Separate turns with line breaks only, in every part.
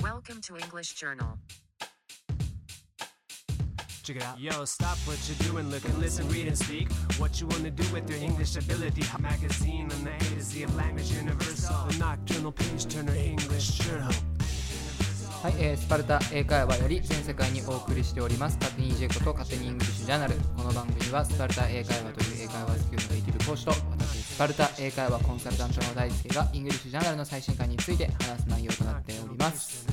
Welcome to English Journal.
Check it out. Yo, stop what you're doing, look and listen, read and speak. What you wanna do with your English ability? A magazine on the A to Z of language universal. The nocturnal page turner English journal.
はい、えースパルタ英会話より全世界にお送りしております勝手に EJ こと勝手にイングリッシュジャーナルこの番組はスパルタ英会話という英会話スキルのネイティブ講師と私スパルタ英会話コンサルタントの大輔がイングリッシュジャーナルの最新刊について話す内容となっております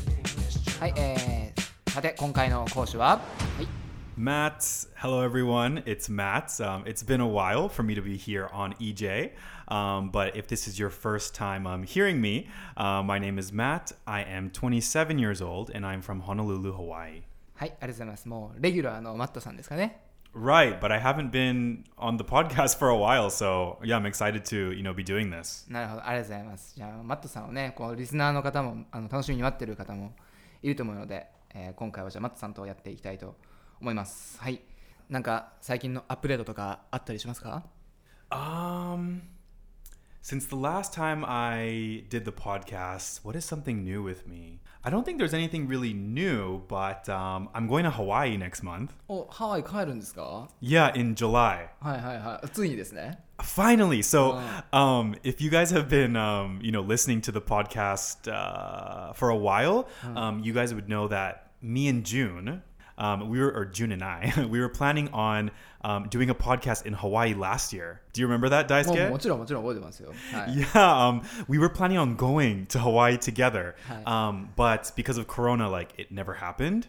はい、えー、さて今回の講師ははい
Matt, hello everyone. It's Matt. Um, it's been a while for me to be here on EJ, um, but if this is your first time um, hearing me, uh, my name is Matt. I am 27 years old and I'm from Honolulu, Hawaii.
はい、ありがとうございますもうレギュラーのマットさんですかね
Right, but I haven't been on the podcast for a while, so yeah, I'm excited to you know be doing this.
なるほど、ありがとうございます。じゃあ、マットさんをね、こうリスナーの方もあの楽しみに待ってる方もいると思うので、えー今回はじゃあマットさんとやっていきたいと思います。はい。なんか最近のアップデートとかあったりしますか
Um, since the last time I did the podcast, what is something new with me? I don't think there's anything really new, but um, I'm going to Hawaii next month.
お、ハワイ帰るんですかは
Yeah, in July.
いはいはい。ついにですね。
Finally. So, um, if you guys have been, um, you know, listening to the podcast uh, for a while, um, you guys would know that me and June, um, we were, or June and I, we were planning on um, doing a podcast in Hawaii last year. Do you remember that,
も
Daisuke?
うもちろんもちろん覚えてますよ。はい。
yeah, um, we were planning on going to Hawaii together,
Hi.
um, but because of Corona, like it never happened.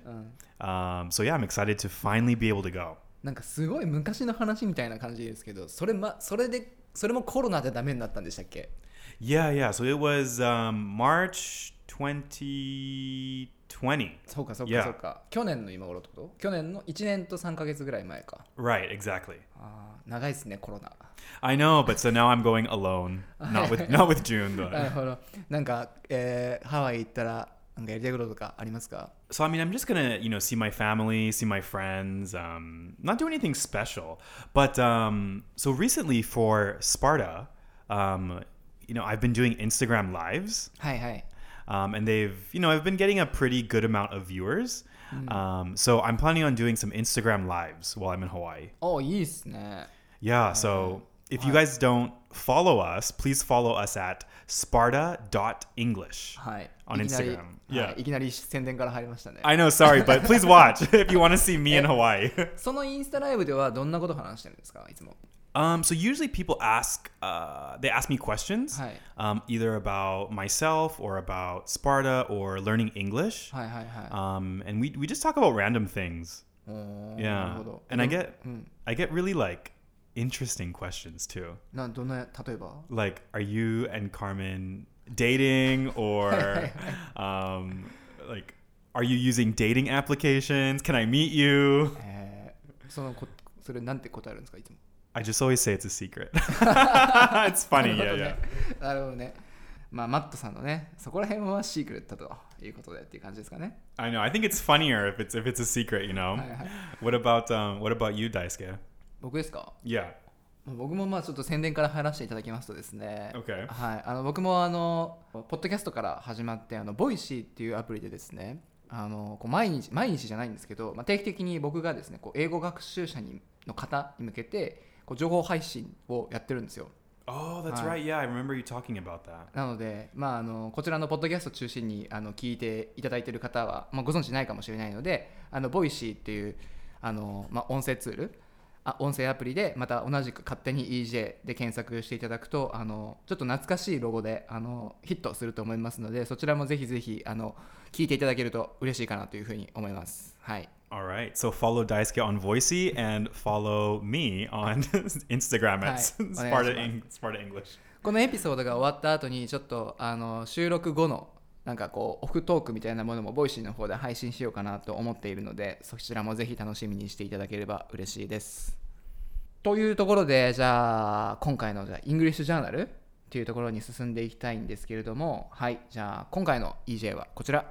Um, so yeah, I'm excited to finally be able to go.
なんかすごい昔の話みたいな感じですけど、それま、それで、それもコロナでダメになったんでしたっけ
Yeah, yeah. So it was um, March 2020.
そうかそうか
Yeah.
そうか。去年の今頃ってこと去年の1年と3ヶ月ぐらい前か。
Right, exactly.
あー長いですね、コロナ。
I know, but so now I'm going alone. Not with not with June
なる
though.
ほど。なんか、えーハワイ行ったら、なんかやりたいこととかありますか
So I mean, I'm just gonna you know see my family, see my friends. Um, not do anything special, but um, so recently for Sparta, um, you know I've been doing Instagram lives.
はいはい。
um, and they've you know i've been getting a pretty good amount of viewers um, so i'm planning on doing some instagram lives while i'm in hawaii
おいいっすね。
yeah so if you guys don't follow us please follow us at sparta.english
はい。
On
いきなり
Instagram.
はい
Yeah.
いきなり宣伝から入りましたね。
i know sorry but please watch if you want to see me in hawaii
そのインスタライブではどんなこと話してるんですかいつも。
Um, so usually people ask, uh, they ask me questions,
Hi.
um, either about myself or about Sparta or learning English.
はいはいは
Um, and we, we just talk about random things.
い。おーなる
Yeah.
ほど。
And I get
うん
I get really like interesting questions too.
などんな、例えば
Like, are you and Carmen dating or um like are you using dating applications? Can I meet you?
えーそのこ、それなんて答えるんですかいつも。
I just always say it's a secret. it's funny,
な
yeah,
るほど
yeah.
ね。なるほどね。まあ、マットさんのね、そこら辺はシークレットということでっていう感じですかね。
I know. I think it's funnier if it's if it's a secret, you know.
Hi, hi.
What about um what about you, Daisuke?
僕ですか
Yeah.
僕もまあちょっと宣伝から入らせていただきますとですね、
Okay.
はい、あの僕もあのポッドキャストから始まってあのボイシーっていうアプリでですねあのこう毎日毎日じゃないんですけど、まあ、定期的に僕がですねこう英語学習者にの方に向けてこう情報配信をやってるんですよ
Oh, that's
Hi.
right. Yeah, I remember you talking about that.
なので、まあ、あのこちらのポッドキャストを中心にあの聞いていただいている方は、まあ、ご存知ないかもしれないのであのボイシーっていうあの、まあ、音声ツールあ音声アプリでまた同じく勝手に EJ で検索していただくとあのちょっと懐かしいロゴであのヒットすると思いますのでそちらもぜひぜひあの聞いていただけると嬉しいかなというふうに思います。はい、
All right. So follow Daisuke on Voicey and follow me on Instagram at
Hi. Oh,
Sparta, Eng- Sparta English.
このエピソードが終わった後にちょっとあの収録後のなんかこうオフトークみたいなものもボイシーの方で配信しようかなと思っているのでそちらもぜひ楽しみにしていただければ嬉しいです。というところでじゃあ今回のじゃあイングリッシュジャーナルっていうところに進んでいきたいんですけれどもはいじゃあ今回の EJ はこちら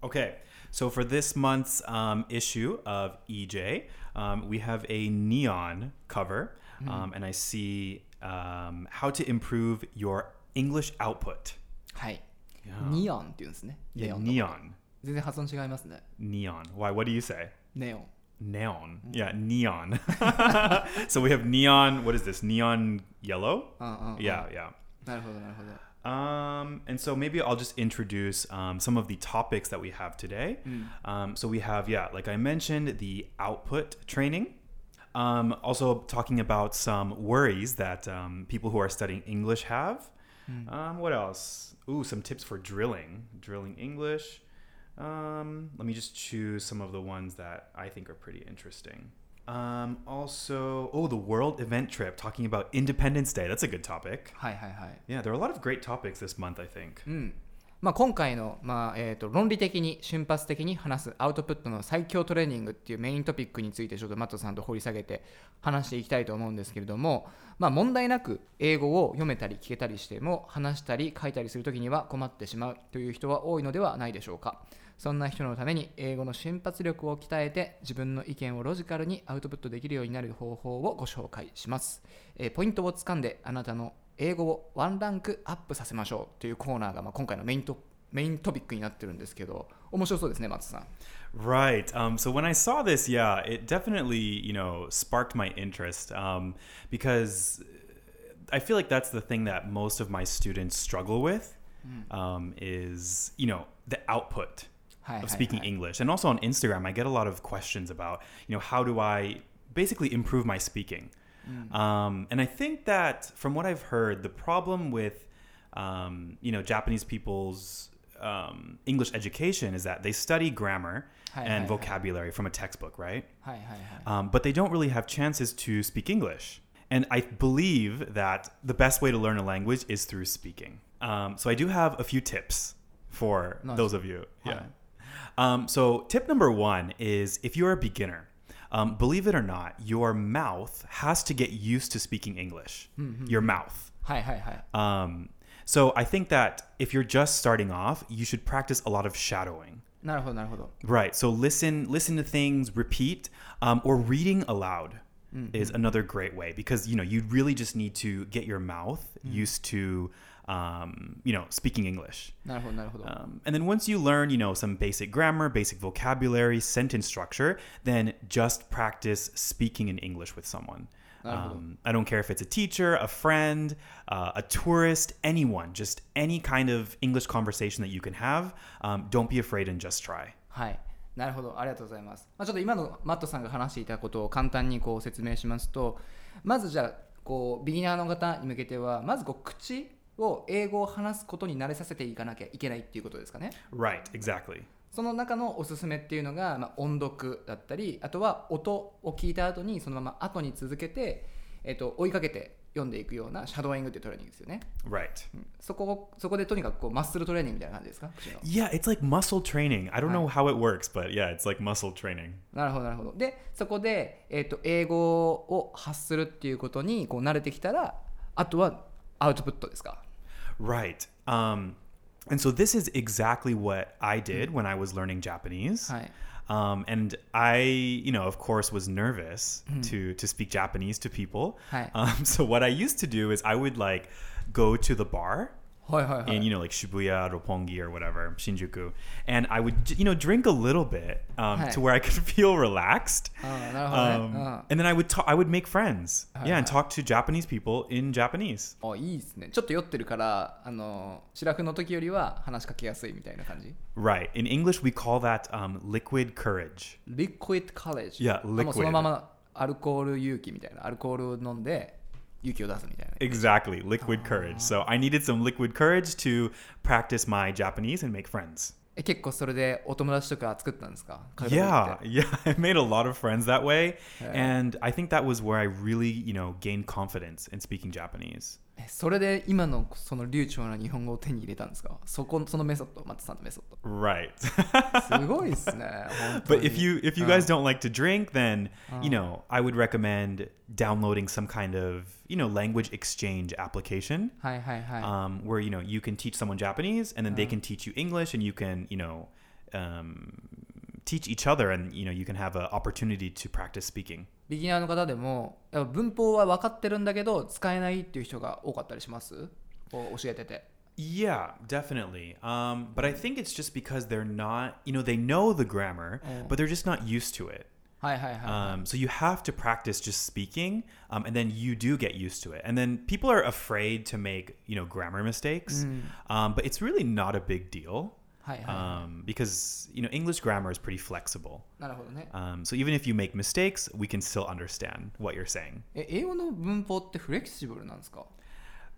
Okay. So for this month's um, issue of EJ, um, we have a neon cover, um, and I see um, how to improve your English output.
はい、ニオンって言うんですね。ネ
Yeah,
オンの。
neon.
全然発音違いますね。
Neon. Why? What do you say?
ネオン。
Neon. Yeah, neon. so we have neon. What is this? Neon yellow.
うんうんうん
Yeah, yeah.
なるほどなるほど。
Um, and so maybe I'll just introduce um, some of the topics that we have today. Um, so we have, yeah, like I mentioned, the output training. Um, also talking about some worries that um, people who are studying English have. Um, what else? Ooh, some tips for drilling, drilling English. Um, let me just choose some of the ones that I think are pretty interesting. Um, also, oh, the world event trip, talking about Independence Day. That's a good topic.
はいはいはい。
Yeah, there are a lot of great topics this month, I think.
うん。まあ、今回の、まあえー、と論理的に瞬発的に話すアウトプットの最強トレーニングっていうメイントピックについてちょっとマットさんと掘り下げて話していきたいと思うんですけれども、まあ、問題なく英語を読めたり聞けたりしても話したり書いたりするときには困ってしまうという人は多いのではないでしょうかそんな人のために英語の瞬発力を鍛えて自分の意見をロジカルにアウトプットできるようになる方法をご紹介します、えーポイントをつかんであなたの英語をワンランクアップさせましょうというコーナーが、まあ、今回のメイントメイントピックになってるんですけど面白そうですね松さん
Right. Um, so when I saw this, yeah, it definitely, you know, sparked my interest um, because I feel like that's the thing that most of my students struggle with um, is, you know, the output
はいはい、
of
は
speaking
い、
English. And also on Instagram, I get a lot of questions about, you know, how do I basically improve my speaking?
Mm.
Um, and I think that from what I've heard, the problem with, um, you know, Japanese people's um, English education is that they study grammar
Hi,
and
hi, hi.
vocabulary from a textbook, right?
はいはいはい、
um, but they don't really have chances to speak English. And I believe that the best way to learn a language is through speaking. Um, so I do have a few tips for
Nice.
those of you. Yeah.
Hi.
Um, so tip number one is if you're a beginner, um, believe it or not, your mouth has to get used to speaking English. Your mouth.
はいはいはい
Um, so I think that if you're just starting off, you should practice a lot of shadowing.
なるほどなるほど
Right. So listen, listen to things, repeat, um, or reading aloud is another great way because you know you really just need to get your mouth used to, um, you know, speaking English.
なるほどなるほど、
Um, and then once you learn, you know, some basic grammar, basic vocabulary, sentence structure, then just practice speaking in English with someone. Um, I don't care if it's a teacher, a friend, uh, a tourist, anyone, just any kind of English conversation that you can have. Um, don't be afraid and just try.
はい、なるほど、ありがとうございます。まあ、ちょっと今のマットさんが話していたことを簡単にこう説明しますと、まずじゃあこうビギナーの方に向けては、まずこう口を英語を話すことに慣れさせていかなきゃいけないっていうことですかね。
Right, exactly.
その中のおすすめっていうのが、まあ、音読だったり、あとは音を聞いた後にそのまま後に続けて、えっと追いかけて読んでいくようなシャドーイングっていうトレーニングですよね。
Right.
そこをそこでとにかくこうマッスルトレーニングみたいな感じですか口の
Yeah, it's like muscle training. I don't know how it works, but yeah, it's like muscle training.
なるほどなるほどでそこで、えー、と英語を発するっていうことにこう慣れてきたらあとはアウトプットですか
Right. Um, and so this is exactly what I did when I was learning Japanese.
Hi.
Um, and I, you know, of course, was nervous to to speak Japanese to people.
Hi.
Um, so what I used to do is I would like go to the bar
はいはいは
in
い
you know like Shibuya, Roppongi, or whatever Shinjuku, and I would j- you know drink a little bit um,
Hi.
to where I could feel relaxed.
あーなるほど
um,
ね、うん
and then I would talk. I would make friends.
Hi,
yeah, and
hi.
talk to Japanese people in Japanese.
あいいですねちょっと酔ってるからあの白フの時よりは話しかけやすいみたいな感じ
Right. In English, we call that um, liquid courage.
Liquid Courage
Yeah,
あもうそ
liquid
のままアルコール勇気みたいなアルコールを飲んで勇気を出すみたいな
Exactly, liquid courage. So I needed some liquid courage to practice my Japanese and make friends.
え結構それでお友達とか作ったんですか
Yeah, yeah. I made a lot of friends that way, and I think that was where I really, you know, gained confidence in speaking Japanese.
えそれで今のその流暢な日本語を手に入れたんですかそこそのメソッド松さんのメソッ
Right.
ド すごいですね本当
But
に
if you if you guys don't like to drink, then you know I would recommend downloading some kind of you know language exchange application.
はいはいはい、
um, where you know you can teach someone Japanese and then they can teach you English and you can you know um, teach each other and you know you can have an opportunity to practice speaking.
ビギナーの方でもやっぱ文法は分かってるんだけど使えないっていう人が多かったりしますこう教えてて
Yeah, definitely. Um, but I think it's just because they're not, you know, they know the grammar, but they're just not used to it.
はいはいはい、
Um, so you have to practice just speaking, um, and then you do get used to it. And then people are afraid to make, you know, grammar mistakes, um, but it's really not a big deal
はいは
um, because you know English grammar is pretty flexible.
いなるほどね
Um, so even if you make mistakes, we can still understand what you're saying.
え英語の文法ってフレキシブルなんですか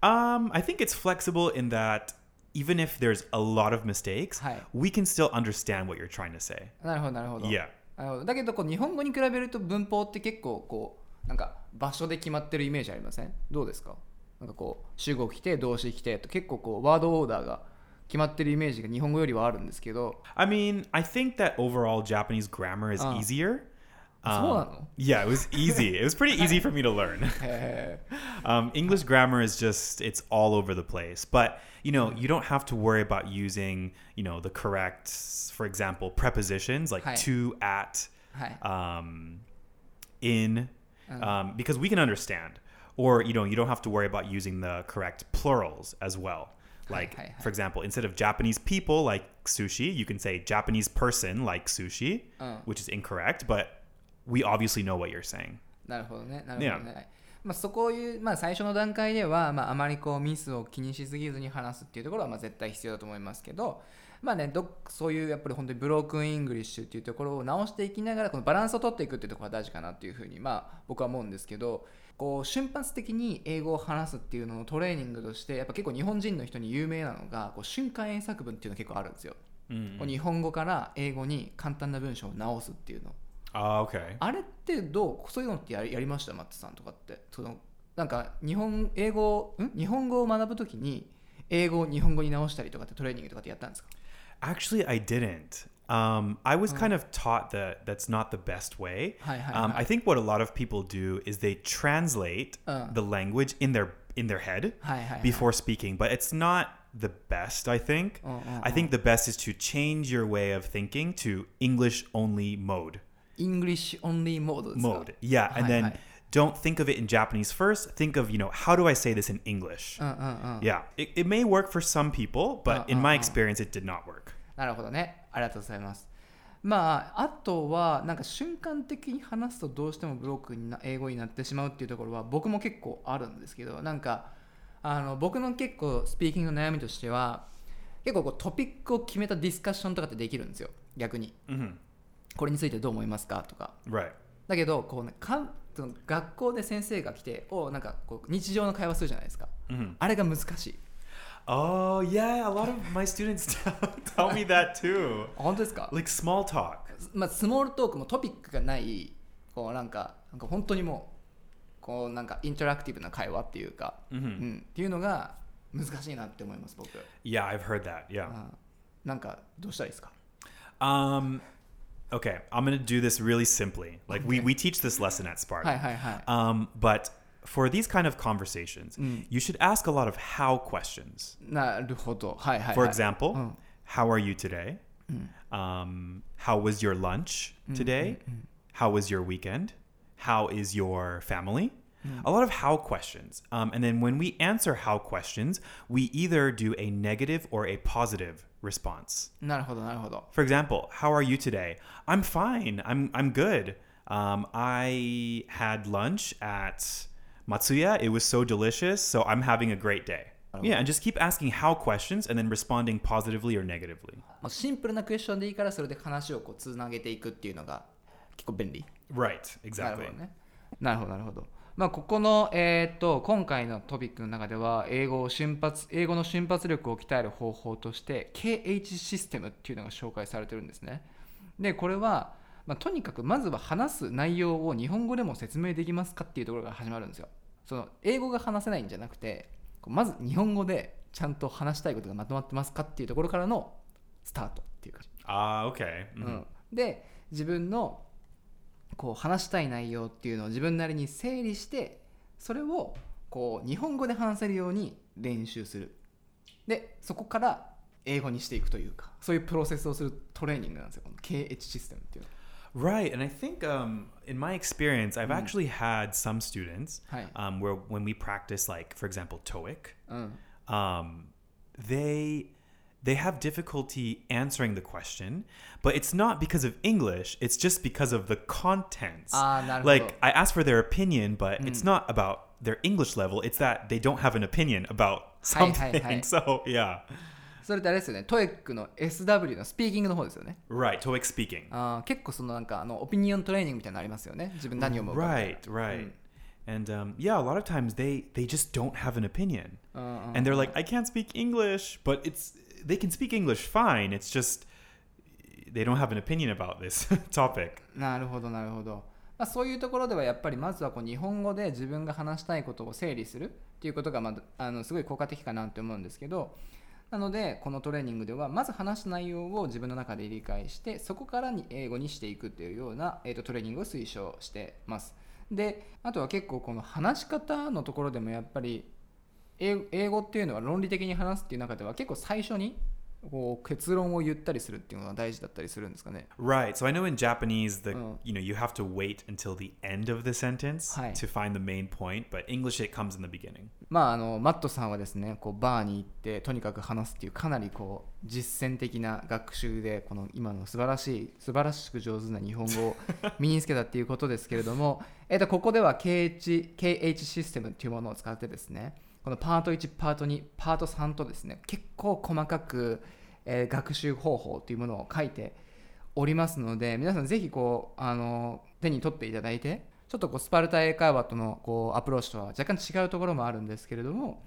Um, I think it's flexible in that even if there's a lot of mistakes,
Hi.
we can still understand what you're trying to say.
なるほどなるほど
Yeah.
なるほどだけどこう日本語に比べると文法って結構こうなんか場所で決まってるイメージありませんどうですかなんかこう主語来て動詞来てと結構こうワードオーダーが決まってるイメージが日本語よりはあるんですけど
I mean, I think that overall Japanese grammar is
Uh.
easier.
So, uh,
yeah, it was easy. it was pretty easy for me to learn.
へ
Um, English grammar is just it's all over the place, but you know you don't have to worry about using you know the correct, for example, prepositions like
Hi.
to, at,
ーはい
um, in, um, because we can understand. Or you know you don't have to worry about using the correct plurals as well. Like
hi, hi.
for example, instead of Japanese people like sushi, you can say Japanese person like sushi,
Uh.
which is incorrect, but we obviously know what you're saying.
なるほどねなるほどね、まあ、そこをいう、まあ、最初の段階では、まあ、あまりこうミスを気にしすぎずに話すっていうところはまあ絶対必要だと思いますけど、まあね、どそういうやっぱり本当にブロークンイングリッシュっていうところを直していきながらこのバランスを取っていくっていうところが大事かなっていうふうに、まあ、僕は思うんですけどこう瞬発的に英語を話すっていうののトレーニングとしてやっぱ結構日本人の人に有名なのがこう瞬間英作文っていうのが結構あるんですよ。こう日本語から英語に簡単な文章を直すっていうの
Ah, okay.
あれってどうそういうのってやりやりましたマッツさんとかってそのなんか日本英語ん日本語を学ぶときに英語を日本語に直したりとかってトレーニングとかってやったんですか
Actually, I didn't. Um, I was kind of taught that that's not the best way.
Hi, hi,
um,
hi.
I think what a lot of people do is they translate
Uh.
the language in their in their head
Hi, hi, hi.
before speaking, but it's not the best. I think.
Uh, uh,
I think the best is to change your way of thinking to English only mode.
イングリッシュオンリーモードですか
Mode, yeah, and
Hi,
then
hi.
don't think of it in Japanese first. Think of you know how do I say this in English?
うんうんうん
yeah, it, it may work for some people, but
Uh,
in
uh,
my
uh.
experience, it did not work.
なるほどねありがとうございますまああとはなんか瞬間的に話すとどうしてもブロックにな英語になってしまうっていうところは僕も結構あるんですけどなんかあの僕の結構スピーキングの悩みとしては結構こうトピックを決めたディスカッションとかってできるんですよ逆に
hmm
これについてどう思いますかとか
Right.
だけどこう、ね、かんその学校で先生が来ておなんかこう日常の会話するじゃないですか、
Mhm.
あれが難しい
Oh yeah, a lot of my students tell- tell me that too.
あ本当ですか
Like small talk.
まあ、スモールトークもトピックがないこうなんかなんか本当にもうこうなんかインタラクティブな会話っていうか、
Mhm.
うんっていうのが難しいなって思います僕
Yeah, I've heard that. Yeah.
あなんかどうしたらいいですか
Um, okay, I'm gonna do this really simply. Like we we teach this lesson at Spark.
はいはいはい
Um, but for these kind of conversations, you should ask a lot of how questions.
なるほどはいはい、はい、
For example,
うん
how are you today? Um, how was your lunch today? How was your weekend? How is your family? A lot of how questions. Um, and then when we answer how questions, we either do a negative or a positive response.
なるほどなるほど
For example, how are you today? I'm fine. I'm, I'm good. Um, I had lunch at Matsuya. It was so delicious. So I'm having a great day. Yeah, and just keep asking how questions and then responding positively or negatively.
まあシンプルなクエスチョンでいいからそれで話をこうつなげていくっていうのが結構便利
Right,
なるほ
exactly.
どね。なるほど、なるほど。まあ、ここの、えーっと、今回のトピックの中では、英語を瞬発、英語の瞬発力を鍛える方法として、KH システムっていうのが紹介されてるんですね。で、これは、まあ、とにかくまずは話す内容を日本語でも説明できますかっていうところが始まるんですよ。その、英語が話せないんじゃなくて、こうまず日本語でちゃんと話したいことがまとまってますかっていうところからのスタートっていう感じ。
Ah, okay.
う
Mhm.
ん、で自分のこう話したい内容っていうのを自分なりに整理してそれをこう日本語で話せるように練習するでそこから英語にしていくというかそういうプロセスをするトレーニングなんですよこの KH システムっていうの
Right, and I think um, in my experience, I've actually had some students
Hi.
um, where when we practice, like for example, TOEIC,
は、うん、
um, they they have difficulty answering the question, but it's not because of English, it's just because of the contents.
あーなるほど
like I asked for their opinion, but it's not about their English level, it's that they don't have an opinion about
はいはいはい。
something. So, yeah.
それってあれですよねトエックの SW のスピーキングの方ですよね
Right, TOEIC speaking.
あー結構そのなんかあのオピニオントレーニングみたいなのありますよね自分何を思うか
Right, right. Mm. And um, yeah, a lot of times they they just don't have an opinion, and they're like, I can't speak English, but it's they can speak English fine. It's just they don't have an opinion about this topic.
なるほどなるほど、まあ、そういうところではやっぱりまずはこう日本語で自分が話したいことを整理するっていうことが、まあ、あのすごい効果的かなって思うんですけどなのでこのトレーニングではまず話す内容を自分の中で理解してそこからに英語にしていくっていうような、えー、とトレーニングを推奨してますであとは結構この話し方のところでもやっぱり英英語っていうのは論理的に話すっていう中では結構最初にこう結論を言ったりするっていうのが大事だったりするんですかね
Right. So I know in Japanese, the
Oh.
you know you have to wait until the end of the sentence
Hi.
to find the main point, but English it comes in the beginning.
まあ、あのマットさんはですねこうバーに行ってとにかく話すっていうかなりこう実践的な学習でこの今の素晴らしい素晴らしく上手な日本語を身につけたっていうことですけれども、 えっと、ここでは KH, KH システムっていうものを使ってですねこのパート1パート2パート3とですね結構細かく、えー学習方法というものを書いておりますので皆さんぜひこうあの手に取っていただいてちょっとこうスパルタ英会話とのこうアプローチとは若干違うところもあるんですけれども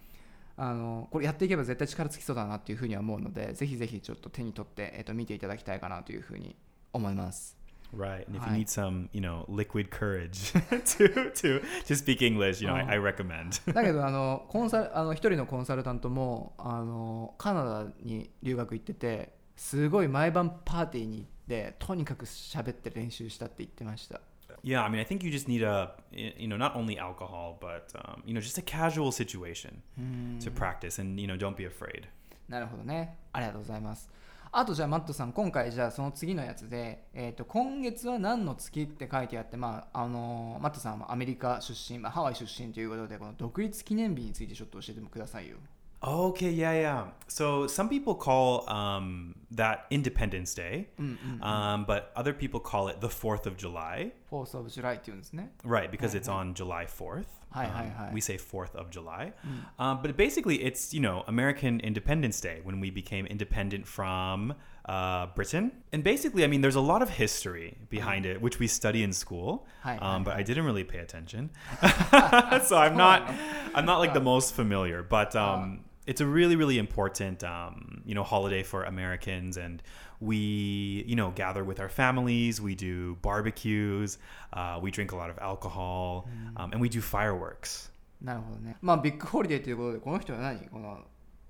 あのこれやっていけば絶対力つきそうだなっていうふうには思うのでぜひぜひちょっと手に取って、えっと見ていただきたいかなというふうに思います。
Right. And if
Hi.
you need some you know liquid courage to to to speak English, you know I, I recommend.
だけどあのコンサルあの一人のコンサルタントもあのカナダに留学行っててすごい毎晩パーティーに行ってとにかく喋って練習したって言ってました。
Yeah, I mean, I think you just need a, you know, not only alcohol, but, um, you know, just a casual situation to practice and, you know, don't be afraid.
なるほどね。ありがとうございます。あとじゃあマットさん今回じゃあその次のやつで、えー、と今月は何の月って書いてあって、まああのーマットさんはアメリカ出身、まあ、ハワイ出身ということでこの独立記念日についてちょっと教えてくださいよ。
Okay, yeah, yeah. So some people call um, that Independence Day, um, but other people call it the 4th of July,
4th of July っていうんですね。
right? Because it's on July 4th.
Hi, hi, hi.
We say 4th of July.
Mm.
Um, but basically, it's, you know, American Independence Day when we became independent from uh, Britain. And basically, I mean, there's a lot of history behind it, which we study in school.
Mm. Hi, hi,
um, but I didn't really pay attention. so I'm not, I'm not like the most familiar, but um, it's a really, really important, um, you know, holiday for Americans. And we, you know, gather with our families. We do barbecues. Uh, we drink a lot of alcohol,
Mm.
um, and we do fireworks.
なるほどね。まあビッグホリデーということでこの人は何この、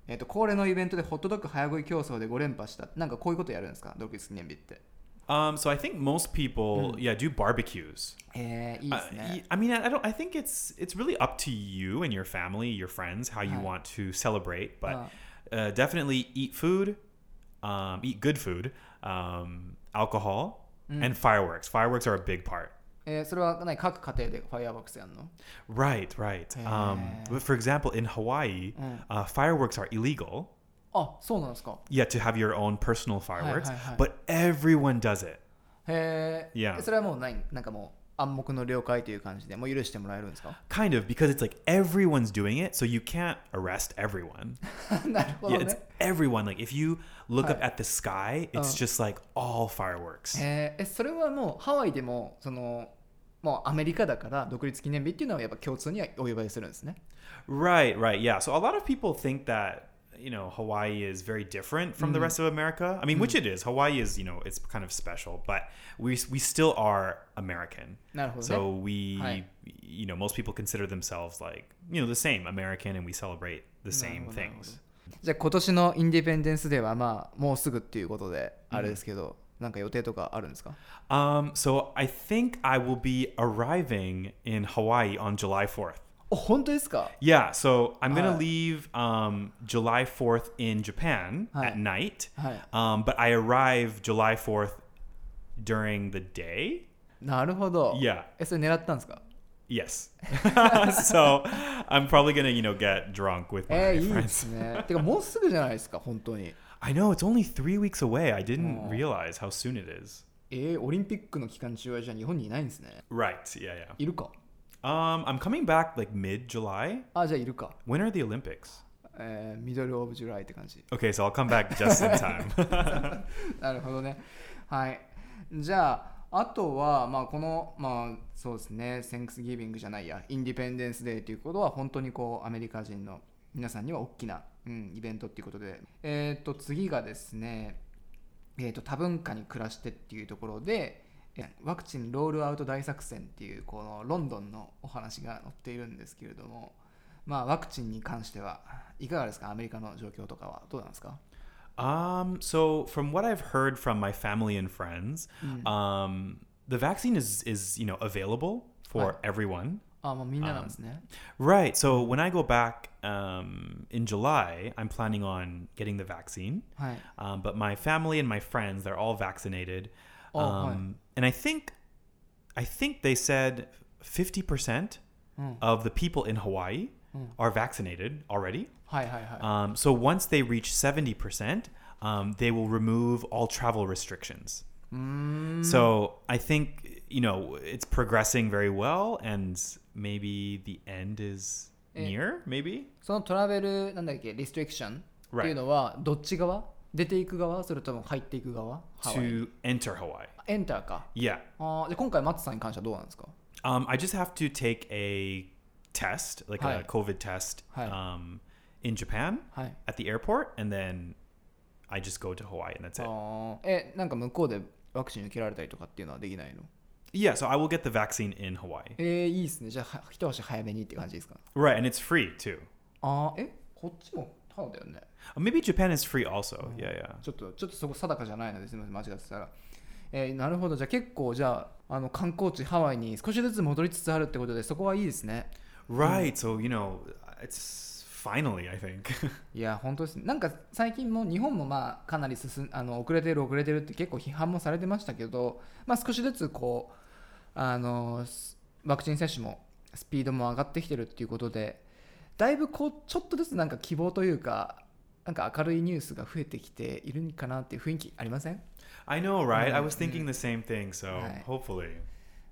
えー、と恒例のイベントでホットドッグ早食い競争で5連覇したなんかこういうことやるんですか独立記念日って。
Um, so I think most people,
Hmm.
yeah, do barbecues.
えー、いい
Uh,
ですね
y-。I mean, I I don't. I think it's it's really up to you and your family, your friends, how you
Right.
want to celebrate.
Uh.
But uh, definitely eat food, um, eat good food, um, alcohol,
Hmm.
and fireworks. Fireworks are a big part.
えーそれは何各家庭でファイアーボックスやるの
Right, right. Um,
Yeah. Hmm.
but for example, in Hawaii, uh, fireworks are illegal.
あそうなんですか。
Yeah, to have your own personal fireworks,
hi, hi.
but everyone does it.
へえ、
Yeah.
それはもうないなんかもう暗黙の了解という感じでもう許してもらえるんですか
Kind of because it's like everyone's doing it, so you can't arrest everyone.
なるほ
Yeah,
ど
it's
ね
everyone. Like if you look up
Hi.
at the sky, it's
Oh.
just like all fireworks.
へーえそれはもうハワイでもそのもうアメリカだから独立記念日っていうのはやっぱ共通にはお呼ばれするんですね
Right, right. Yeah. So a lot of people think that, you know, Hawaii is very different from the
Mm-hmm.
rest of America. I mean, which it is. Hawaii is, you know, it's kind of special, but we we still are American.
なるほどね
So we,
Hi.
you know, most people consider themselves like, you know, the same American and we celebrate the same things.
じゃあ今年のインディペンデンスデーはまあもうすぐっていうことであれですけど、なんか予定とかあるんですか
Um, so I think I will be arriving in Hawaii on July 4th.
お本当ですか
Yeah, so I'm gonna
Hi.
leave um, July 4th in Japan
Hi.
at night,
Hi.
um, but I arrive July 4th during the day.
なるほど
Yeah.
えそれ狙ったんですか
Yeah, Yes. so I'm probably gonna, you know, get drunk with my
えー、いいで
friends.
す ね。てかもうすぐじゃないですか本当に。
I know it's only three weeks away. I didn't realize how soon it is.
えー、オリンピックの期間中はじゃあ日本にいないんですね。
Right. Yeah. Yeah.
いるか。
Um, I'm coming back like mid July.
あじゃあいるか。
When are the Olympics?
えー、ミドルオブジュライって感じ。
Okay, so I'll come back just in time.
なるほどね。はい。じゃあ、あとは、まあ、この、まあ、そうですね、センクスギビングじゃないや、インディペンデンス・デーということは、本当にこう、アメリカ人の皆さんには大きな、うん、イベントっていうことで、えっ、と、次がですね、えー、と多文化に暮らしてっていうところでえワクチンロールアウト大作戦っていうこのロンドンのお話が載っているんですけれども、まあ、ワクチンに関してはいかがですかアメリカの状況とかはどうなんですか
Um, so from what I've heard from my family and friends,
Mm.
um, the vaccine is is you know available for
Right.
everyone.
あ、まあ、みんななんですね。
Right. So when I go back um, in July, I'm planning on getting the vaccine.
はい。
Um, but my family and my friends, they're all vaccinated.
Oh, hi.
um, and I think, I think they said fifty percent
Mm.
of the people in Hawaii are vaccinated already.
はいはいはい。
Um, so once they reach 70%, um, they will remove all travel restrictions.
Mm.
So I think, you know, it's progressing very well and maybe the end is
Eh.
near, maybe?
そのトラベル、なんだっけ、リストリクションっていうのは、どっち側出ていく側それとも入っていく側ハワイ
To enter Hawaii.
エンターか。
Yeah.
あーで今回、マッツさんに関してはどうなんですか
Um, I just have to take a test, like
Hi.
a COVID test
Hi.
um, in Japan
はい。
at the airport, and then I just go to Hawaii and that's
あ
it.
ーえ、なんか向こうでワクチン受けられたりとかっていうのはできないの
Yeah, so I will get the vaccine in Hawaii.
えー、いいですね。じゃあ、は一足早めにって感じですか
Right, and it's free too.
ああ、え、こっちもただだよね。
Uh, Maybe Japan is free also. Yeah, yeah.
ちょっと、ちょっとそこ定かじゃないのですみません、間違ってたら。えーなるほど。じゃあ結構、じゃあ、あの観光地ハワイに少しずつ戻りつつあるってことで、そこはいいですね。
Right. So, you know, it's finally, I think.
いや本当ですねなんか最近も日本もまあかなり進んあの遅れてる遅れてるって結構批判もされてましたけど、まあ、少しずつこうあのすワクチン接種もスピードも上がってきてるっていうことでだいぶこうちょっとずつなんか希望というかなんか明るいニュースが増えてきているんかなっていう雰囲気ありません
I know, right? I was thinking the same thing. So,
Mm-hmm. Right.
hopefully.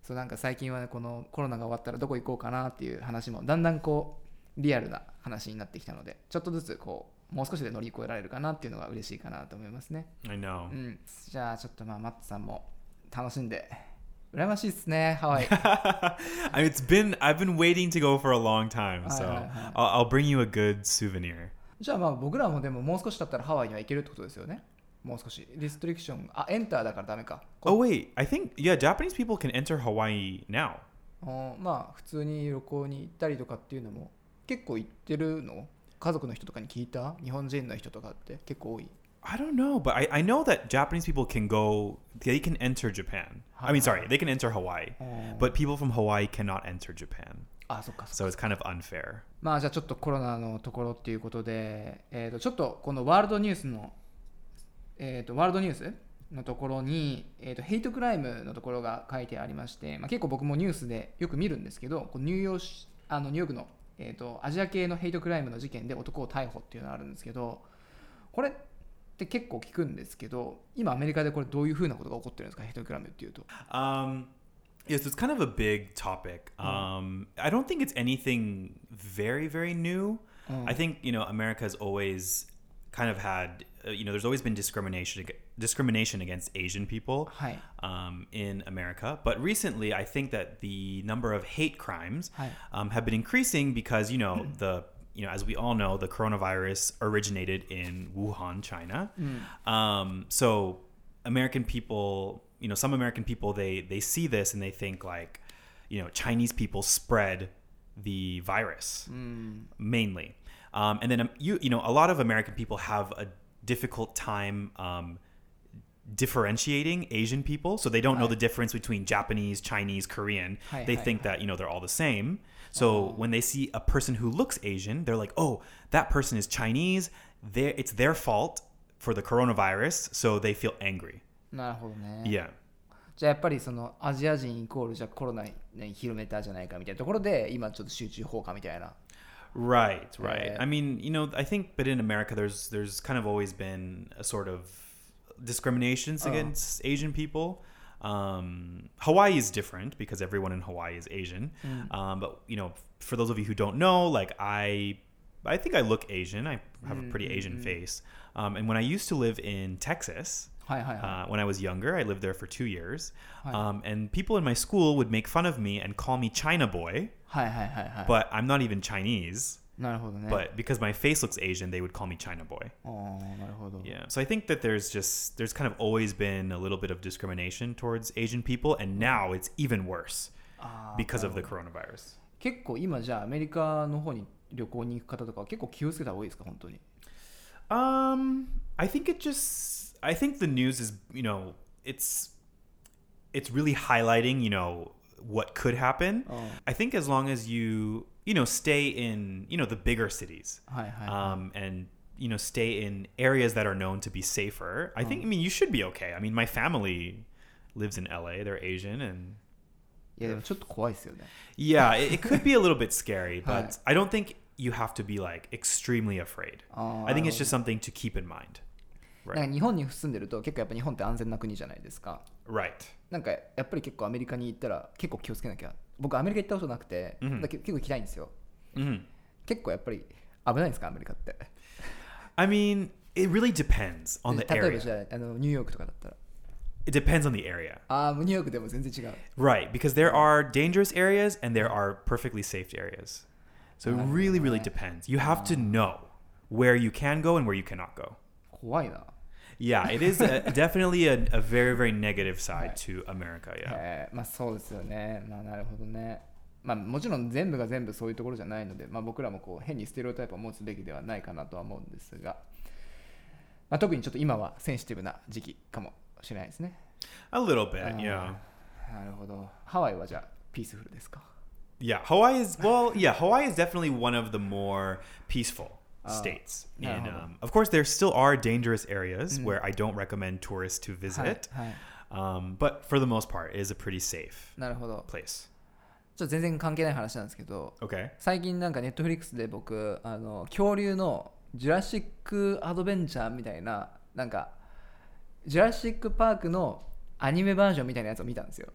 そうなんか最近はねこのコロナが終わったらどこ行こうかなっていう話もだんだんこうリアルな話になってきたのでちょっとずつこうもう少しで乗り越えられるかなっていうのが嬉しいかなと思いますね。
I know.
うん、じゃあちょっとまあマットさんも楽しんで羨ましいっすねハワイ
I mean, it's been, I've been waiting to go for a long time.
Hi,
So,
hi, hi.
I'll, I'll bring you a good souvenir.
じゃあまあ僕らもでももう少しだったらハワイには行けるってことですよねもう少しリストリクションあエンターだからダメか
Oh, wait. I think, yeah, Japanese people can enter Hawaii now.
おまあ普通に旅行に行ったりとかっていうのも結構行ってるの家族の人とかに聞いた日本人の人とかって結構多い
I don't know, but I, I know that Japanese people can go, they can enter Japan. I mean, sorry, they can enter Hawaii.
Oh.
But people from Hawaii cannot enter Japan.
あそっかそっか
So, it's kind of unfair.
まあじゃあちょっとコロナのところっていうことで、えー、とちょっとこのワールドニュースの、えー、とワールドニュースのところに、えー、とヘイトクライムのところが書いてありまして、まあ、結構僕もニュースでよく見るんですけどこうニューヨーク市あのニューヨークの、えー、とアジア系のヘイトクライムの事件で男を逮捕っていうのがあるんですけどこれって結構聞くんですけど今アメリカでこれどういうふうなことが起こってるんですかヘイトクライムっていうと。
Um, yes, it's kind of a big topic. Um, I don't think it's anything very, very new. I think you know America's always kind of had uh, you know there's always been discrimination ag- discrimination against Asian people
はい、
um, in America. But recently, I think that the number of hate crimes
Hi.
um, have been increasing because you know the you know as we all know the coronavirus originated in Wuhan, China. Um, so American people, you know, some American people they they see this and they think like, you know, Chinese people spread the virus mainly. Um, and then um, you you know a lot of American people have a difficult time um, differentiating Asian people, so they don't know the difference between Japanese, Chinese, Korean.
Hi,
they
hi, Oh.
think that you know they're all the same. So when they see a person who looks Asian, they're like, "Oh, that person is Chinese. They it's their fault for the coronavirus." So they feel angry.
なるほどね。
Yeah.
じゃあやっぱりそのアジア人イコールじゃあコロナ何広めたじゃないかみたいなところで今ちょっと集中放火みたいな
Right, right.
Yeah.
I mean, you know, I think, but in America, there's there's kind of always been a sort of discriminations
Oh.
against Asian people. Um, Hawaii is different because everyone in Hawaii is Asian.
Mm.
Um, but you know, for those of you who don't know, like I, I think I look Asian. I have a pretty Asian
Mm.
face. Um, and when I used to live in Texas,
はいはいは
uh, when I was younger. I lived there for two years.
Hi.
Um, and people in my school would make fun of me and call me China
い
boy,
はいはいはいはい
but I'm not even Chinese.
なるほどね
But because my face looks Asian, they would call me China boy.
あーなるほど、
Yeah. So I think that there's just, there's kind of always been a little bit of discrimination towards Asian people. And now it's even worse
あー
because of the coronavirus.
結構今じゃあアメリカの方に旅行に行く方とかは結構気をつけた方がいいですか本当に
Um, I think it just. I think the news is, you know, it's it's really highlighting, you know, what could happen.
Oh.
I think as long as you, you know, stay in, you know, the bigger cities,
はいはい、
um, and you know, stay in areas that are known to be safer. I think. I mean, you should be okay. I mean, my family lives in LA. They're Asian, and
いやでもちょっと怖いですよね
yeah, it, it could be a little bit scary,
Hi.
but I don't think you have to be like extremely afraid.
Oh,
I think
I
it's just something to keep in mind.
なんか日本に住んでると結構やっぱ日本って安全な国じゃないですか
Right.
なんかやっぱり結構アメリカに行ったら結構気をつけなきゃ僕アメリカ行ったことなくて、
うん
だけ結構行きたいんですよ
Mhm.
結構やっぱり危ないんですかアメリカって
I mean, it really depends on
例
the
えばじ
area.
ゃああのニューヨークとかだったら
It depends on the area.
ああもうニューヨークでも全然違う
Right, because there are dangerous areas and there are perfectly safe areas. So it really, really depends. You have to know where you can go and where you cannot go.
怖いな、
Yeah, it is a, definitely a, a very, very negative side to America. Yeah.
えーまあそうですよねまあなるほどねまあもちろん全部が全部そういうところじゃないので、まあ、僕らもこう変にステレオタイプを持つべきではないかなとは思うんですが、まあ、特にちょっと今はセンシティブな時期かもしれないですね
A little bit.
Uh,
yeah.
なるほどハワイはじゃあピースフルですか
Yeah. Hawaii is, well, yeah, Hawaii is definitely one of the more peaceful. States,
no.
and um, of course, there still are dangerous areas where I don't recommend tourists to
はい
visit.
はい、
Um, but for the most part, it is a pretty safe
なるほど
place.
ちょっと全然関係ない話なんですけど
Okay.
最近なんかネットフリックスで僕あの恐竜の「ジュラシック・アドベンチャー」みたいななんかジュラシック・パークのアニメバージョンみたいなやつを見たんですよ、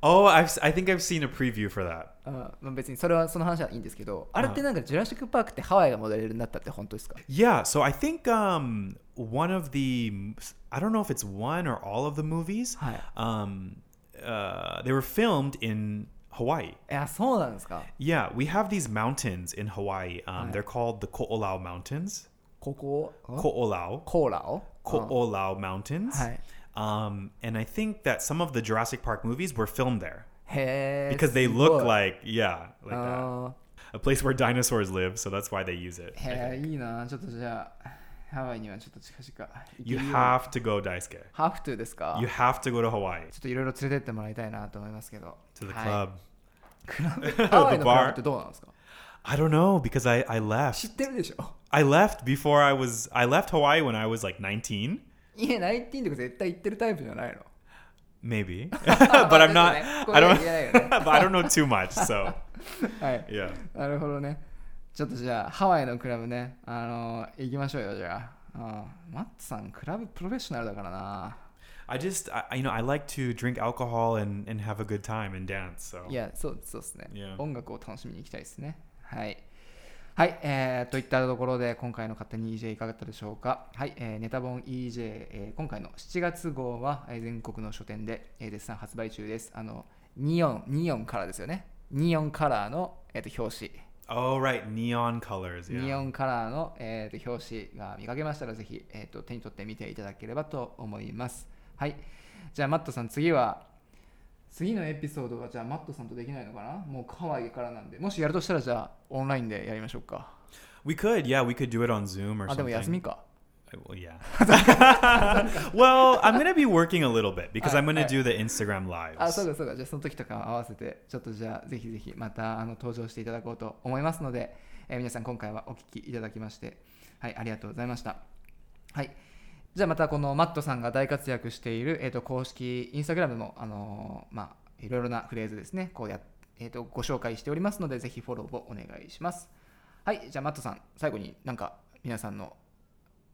Oh, I've, I think I've seen a preview for that.
うんまあ、別にそれはその話はいいんですけどあれってなんかジュラシック・パークってハワイがモデルになったって本当ですか
Yeah. So I think um, one of the I don't know if it's one or all of the movies.
Hi.
Um, uh, they were filmed in Hawaii.
いやそうなんですか
Yeah, we have these mountains in Hawaii. Um, They're called the Ko'olau Mountains.
ここを
Ko'olau.
コーラを
Ko'olau Mountains.
Oh. Hi.
Um, and I think that some of the Jurassic Park movies were filmed there
へえ
because
す
they
ごい
look like yeah, like that.
あ
a place where dinosaurs live, so that's why they use it.
ーへ
I think.
えいいなちょっとじゃあハワイにはちょっと近々
You
ハ
have to go, Daisuke.
ーフトゥですか
You have to go to Hawaii
ちょっといろいろ連れてってもらいたいなと思いますけど。
to the
はい
club.
クラブ。ハワイのクラブってどうなんですか
I don't know because I I
知
left.
ってるでしょ
I left before I was I left Hawaii when I was like 19,
いや、ナインティーンとか絶対行ってるタイプじゃないの。
maybe. but I'm not.
ですよね。
I don't.
ここでは言えないよね。
but I don't know too much, so
はい。
yeah.
なるほどね。ちょっとじゃあ、ハワイのクラブね、あのー行きましょうよ、じゃあ。うんマッツさん、クラブプロフェッショナルだからな。
I just I, you know I like to drink alcohol and and have a good time and dance. So
いや、そうそうですね。
Yeah.
音楽を楽しみに行きたいですね。はい。はい、えー、といったところで、今回の勝手に EJ いかがだったでしょうか。はい、えーネタ本 EJ、えー今回の7月号は、えー全国の書店で、えー絶賛発売中です。あの、24、24カラーですよね。24カラーの、えーと表紙。
oh right, neon colors. Yeah.
ニオンカラーの、えーと表紙が見かけましたら、ぜひ、えーと手に取って見ていただければと思います。はい。じゃあ、マットさん、次は、次のエピソードは、じゃあ、マットさんとできないのかなもうハワイからなんで、もしやるとしたら、じゃあ、オンラインでやりましょうか。
We could yeah we could do it on Zoom or
あ、でも
something.
休みか。
Well, yeah. well, I'm gonna be working a little bit because I'm gonna do the Instagram
あ、そう
lives.
だそうだ。じゃあ、その時とか合わせて、ちょっとじゃあ、ぜひぜひ、またあの登場していただこうと思いますので、えー皆さん、今回はお聞きいただきまして、はい、ありがとうございました。はい。じゃあ、またこのマットさんが大活躍している、えー、と公式インスタグラムも、あのーまあ、いろいろなフレーズですね、こうやえー、とご紹介しておりますのでぜひフォローをお願いしますはいじゃあマットさん最後になんか皆さんの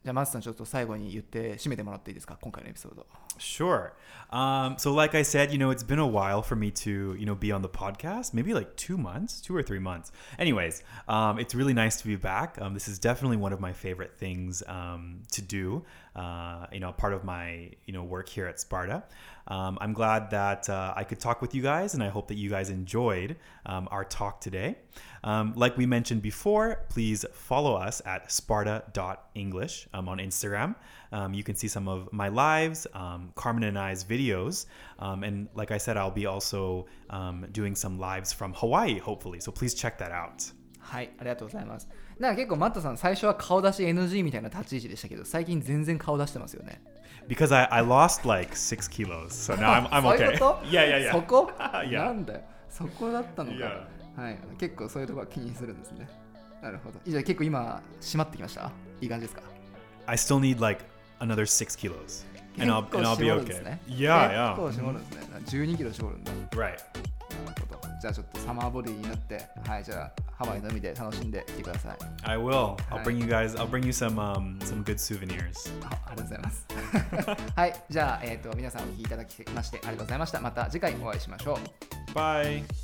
じゃあマットさんちょっと最後に言って締めてもらっていいですか今回のエピソード
Sure. Um, so, like I said, you know, it's been a while for me to, you know, be on the podcast. Maybe like two months, two or three months. Anyways, um, it's really nice to be back. Um, this is definitely one of my favorite things um, to do. Uh, you know, part of my, you know, work here at Sparta. Um, I'm glad that uh, I could talk with you guys, and I hope that you guys enjoyed um, our talk today. Um, like we mentioned before, please follow us at sparta.english um, on Instagram. Um, you can see some of my lives, um, Carmen and I's videos. Um, and like I said, I'll be also um, doing some lives from Hawaii, hopefully. So please check that out.
はいありがとうございますなんか結構マットさん最初は顔出し NG みたいな立ち位置でしたけど最近全然顔出してますよね
Because I, I lost like six kilos. So now I'm, I'm
そういう こ
okay.
と
yeah, yeah, yeah.
そ こ
Yeah.
なんだよそこだったのかな
Yeah.
はい結構そういうとこは気にするんですねなるほどじゃあ結構今締まってきましたいい感じですか
I still need like another six kilos.
結
And
構
I'll, and I'll
絞
be
るんです
okay.
ね
Yeah,
結構
yeah.
絞るんですね12キロ絞るんだ
Right.
なるほどじゃあちょっとサマーボディになってはいじゃあハワイの海で楽しんでいてください
I will. I'll
Hi.
bring you guys. I'll bring you some um, some good souvenirs.
あありがとうございます はいじゃあ、えー、と皆さんお聞きいただきましてありがとうございましたまた次回お会いしましょう
Bye.